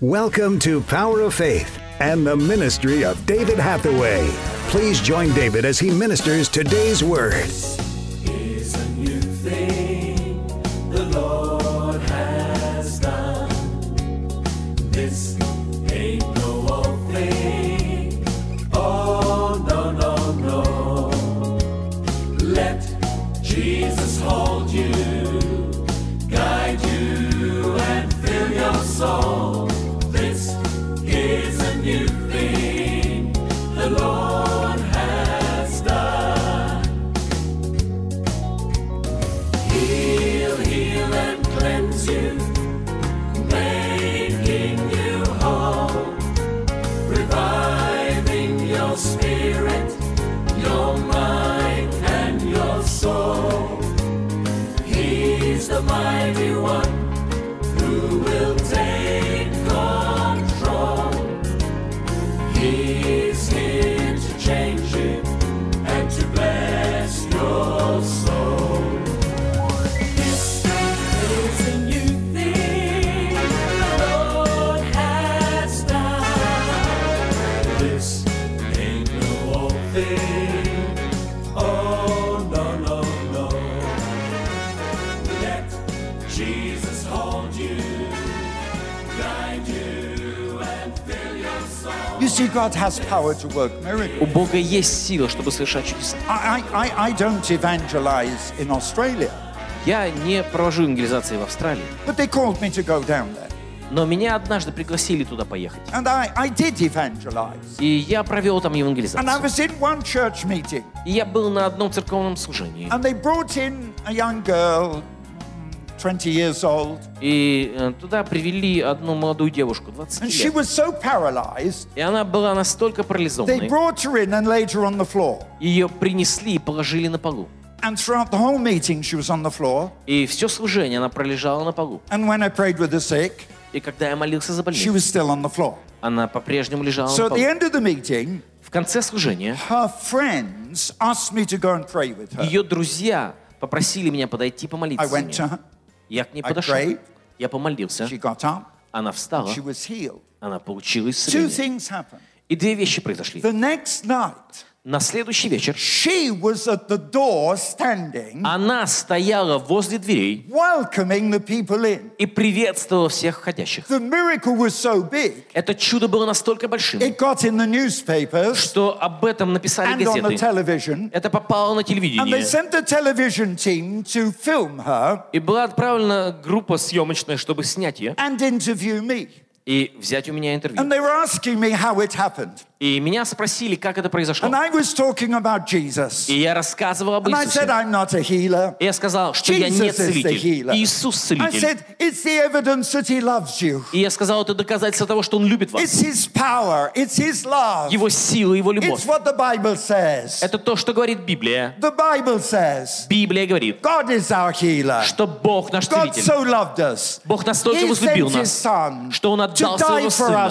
Welcome to Power of Faith and the ministry of David Hathaway. Please join David as he ministers today's word. is a new thing the Lord has done. This ain't no old thing. Oh, no, no, no. Let Jesus hold you, guide you, and fill your soul. This is a new thing the Lord has done. Heal, heal, and cleanse you, making you whole, reviving your spirit, your mind, and your soul. He's the mighty one who will take control. He's here to change you and to bless your soul. This is a new thing the Lord has done. This ain't no old thing. Oh, no, no, no. Let Jesus hold you, guide you, and fill your soul. You see, God has power to work miracles. У Бога есть сила, чтобы совершать чудеса. I, I, I- I don't evangelize in Australia, Я не провожу евангелизации в Австралии, but they called me to go down there. но меня однажды пригласили туда поехать. And I, I did evangelize. И я провел там And I евангелизацию. was in one church meeting, И я был на одном церковном служении. and they brought in a young girl, mm, 20 years old, И э, туда привели одну молодую девушку, 20 and she лет. was so paralyzed, И она была настолько they парализованной. brought her in and laid her on the floor. Ее принесли и положили на полу. And throughout the whole meeting, she was on the floor. И все служение она пролежала на полу. And when I prayed with the sick, И когда я молился за she больных, was still on the floor. она по-прежнему лежала So на at the полу. end of the meeting, В конце служения her friends asked me to go and pray with her. ее друзья попросили меня подойти Uh. I помолиться. за went нее. to her. Я к ней I подошел. prayed. Я помолился. She got up. Она встала. She was healed. Она получила Two исцеление. things happened. И две вещи произошли. The next night, На следующий вечер she was at the door standing, она стояла возле дверей welcoming the people in. и приветствовала всех входящих. The miracle was so big, Это чудо было настолько большим, it got in the newspapers что об этом написали and on the газеты. television. Это попало на And they телевидение. sent the television team to film her И была отправлена группа съемочная, чтобы снять ее and interview me. и взять у меня интервью. And they were asking me how it happened. И меня спросили, как это произошло. And I was talking about Jesus. И я рассказывал об And I said, Иисусе. I'm not a healer. И я сказал, что я Jesus не is the целитель. healer. Иисус I целитель. said, it's the evidence that he loves you. И я сказал, это доказательство того, что Он любит вас. It's his power. It's his love. Его сила, Его любовь. It's what the Bible says. Это то, что говорит Библия. The Bible says Библия говорит, God is our healer. что Бог наш God целитель. so loved us. Бог настолько He возлюбил sent his нас, son что Он to отдал die Своего for our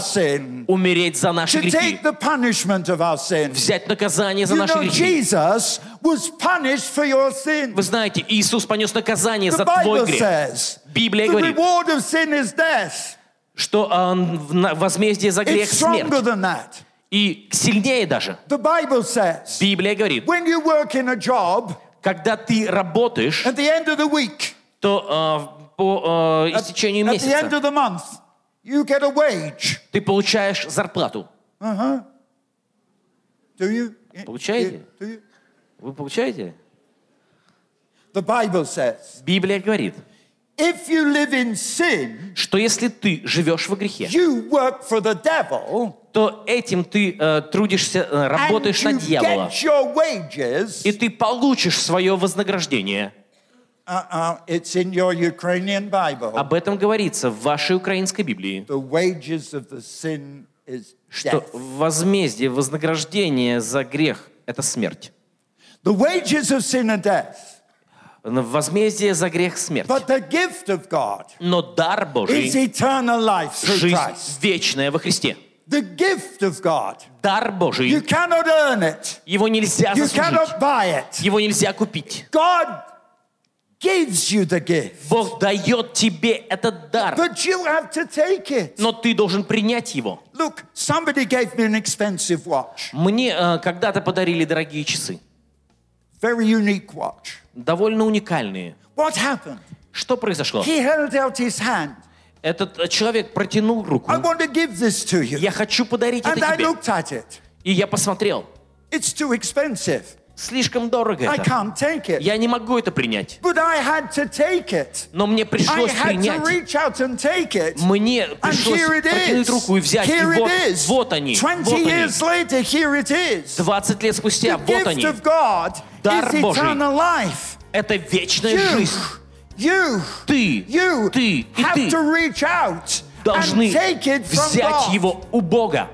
sin, Сына умереть за наши to грехи, take the punishment of our sin. взять наказание за You наши know, грехи. Jesus was punished for your sin. Вы знаете, Иисус понес наказание The за Bible твой грех, says Библия the говорит. reward of sin is death. что а, в- на- возмездие за грех It's stronger смерть. than that. И сильнее даже. The Bible says Библия говорит, when you work in a job, когда ты работаешь, at the end of the week, то а, по а, at, истечению at the end месяца of the month, you get a wage. ты получаешь зарплату. Do you? Получаете? Do you? Вы получаете? The Bible says Библия говорит, if you live in sin, что если ты живешь во грехе, you work for the devil то этим ты э, трудишься, э, работаешь на and you дьявола, get your wages. и ты получишь свое вознаграждение. Uh-uh, it's in your Ukrainian Bible. Об этом говорится в вашей украинской Библии, The wages of the sin is что death. возмездие, вознаграждение за грех – это смерть. The wages of sin are death, Но Возмездие за грех – смерть. but the gift of God Но дар is Божий eternal life – through Christ. жизнь вечная во Христе. The gift of God. Дар You Божий, cannot earn it. его нельзя You заслужить, cannot buy it. его нельзя купить. God gives you the gift, Бог дает тебе этот дар, but you have to take it. но ты должен принять его. Look, somebody gave me an expensive watch, Мне э, когда-то подарили дорогие часы, very unique watch. довольно уникальные. What happened? Что произошло? He held out his hand. Этот э, человек протянул руку. I want to give this to you. Я хочу подарить And это I тебе. looked at it. И я посмотрел. It's too expensive. Слишком дорого I это. can't take it. Я не могу это принять. But I had to take it. Но мне I пришлось had to принять. reach out and take it. Мне And пришлось here it is. протянуть руку и взять. И Here вот, it is. вот они. 20 Вот они. years later, here it is. 20 лет The спустя, вот gift они. of God Дар is Божий. eternal life. Это вечная You, жизнь. you, Ты, you ты и have ты to reach out должны and take it from взять God. его у Бога.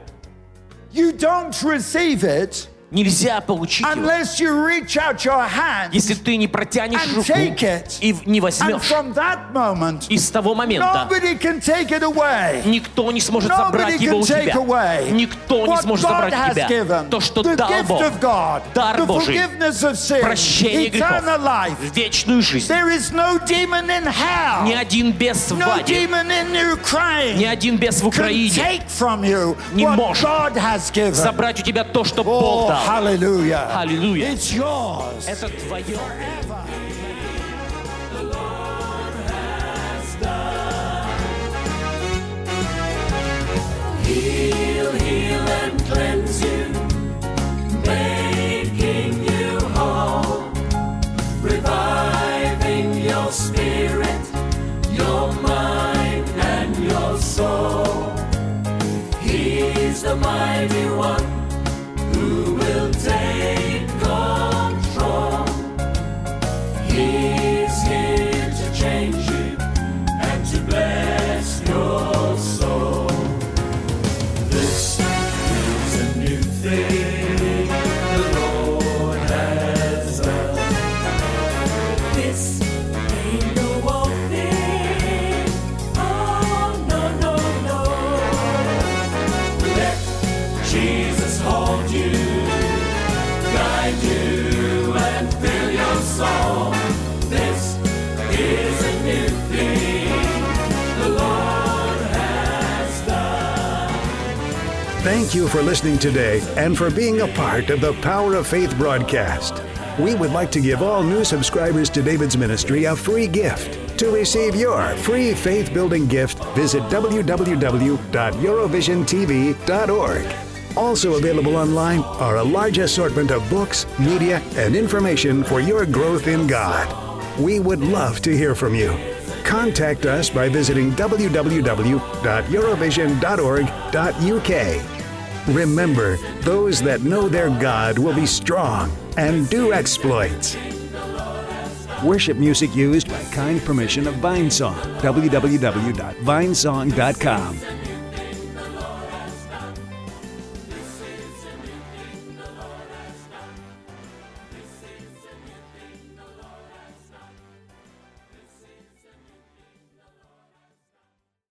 You don't receive it Нельзя получить его, unless you reach out your hand. если ты не протянешь And руку take it. и в- не And возьмешь. from that moment, И с того момента nobody can take it away. никто не сможет Nobody забрать can его у take тебя. away Никто не what сможет God забрать has тебя. given. То, что The дал gift Бог. of God, Дар the Божий. forgiveness of sin, Прощение eternal грехов. life. Вечную жизнь. There is no demon in hell, Ни один бес в no Аде, demon in Ukraine ни один бес в can Украине take from you не what может God has given. забрать у тебя то, что Oh, Бог дал. hallelujah. Hallelujah. It's yours. Это твое. Heal, heal, and cleanse you, making you whole, reviving your spirit, your mind, and your soul. He's the mighty one who will take control. He's here to change you and to bless your soul. This is a new thing the Lord has done. This ain't no old thing. Oh, no, no, no. Let Jesus hold you, guide you, and fill your soul. This is a new thing the Lord has done. Thank you for listening today and for being a part of the Power of Faith broadcast. We would like to give all new subscribers to David's ministry a free gift. To receive your free faith building gift, visit www.eurovisiontv.org. Also available online are a large assortment of books, media, and information for your growth in God. We would love to hear from you. Contact us by visiting www.eurovision.org.uk. Remember, those that know their God will be strong and do exploits. Worship music used by kind permission of Vinesong. www.vinesong.com.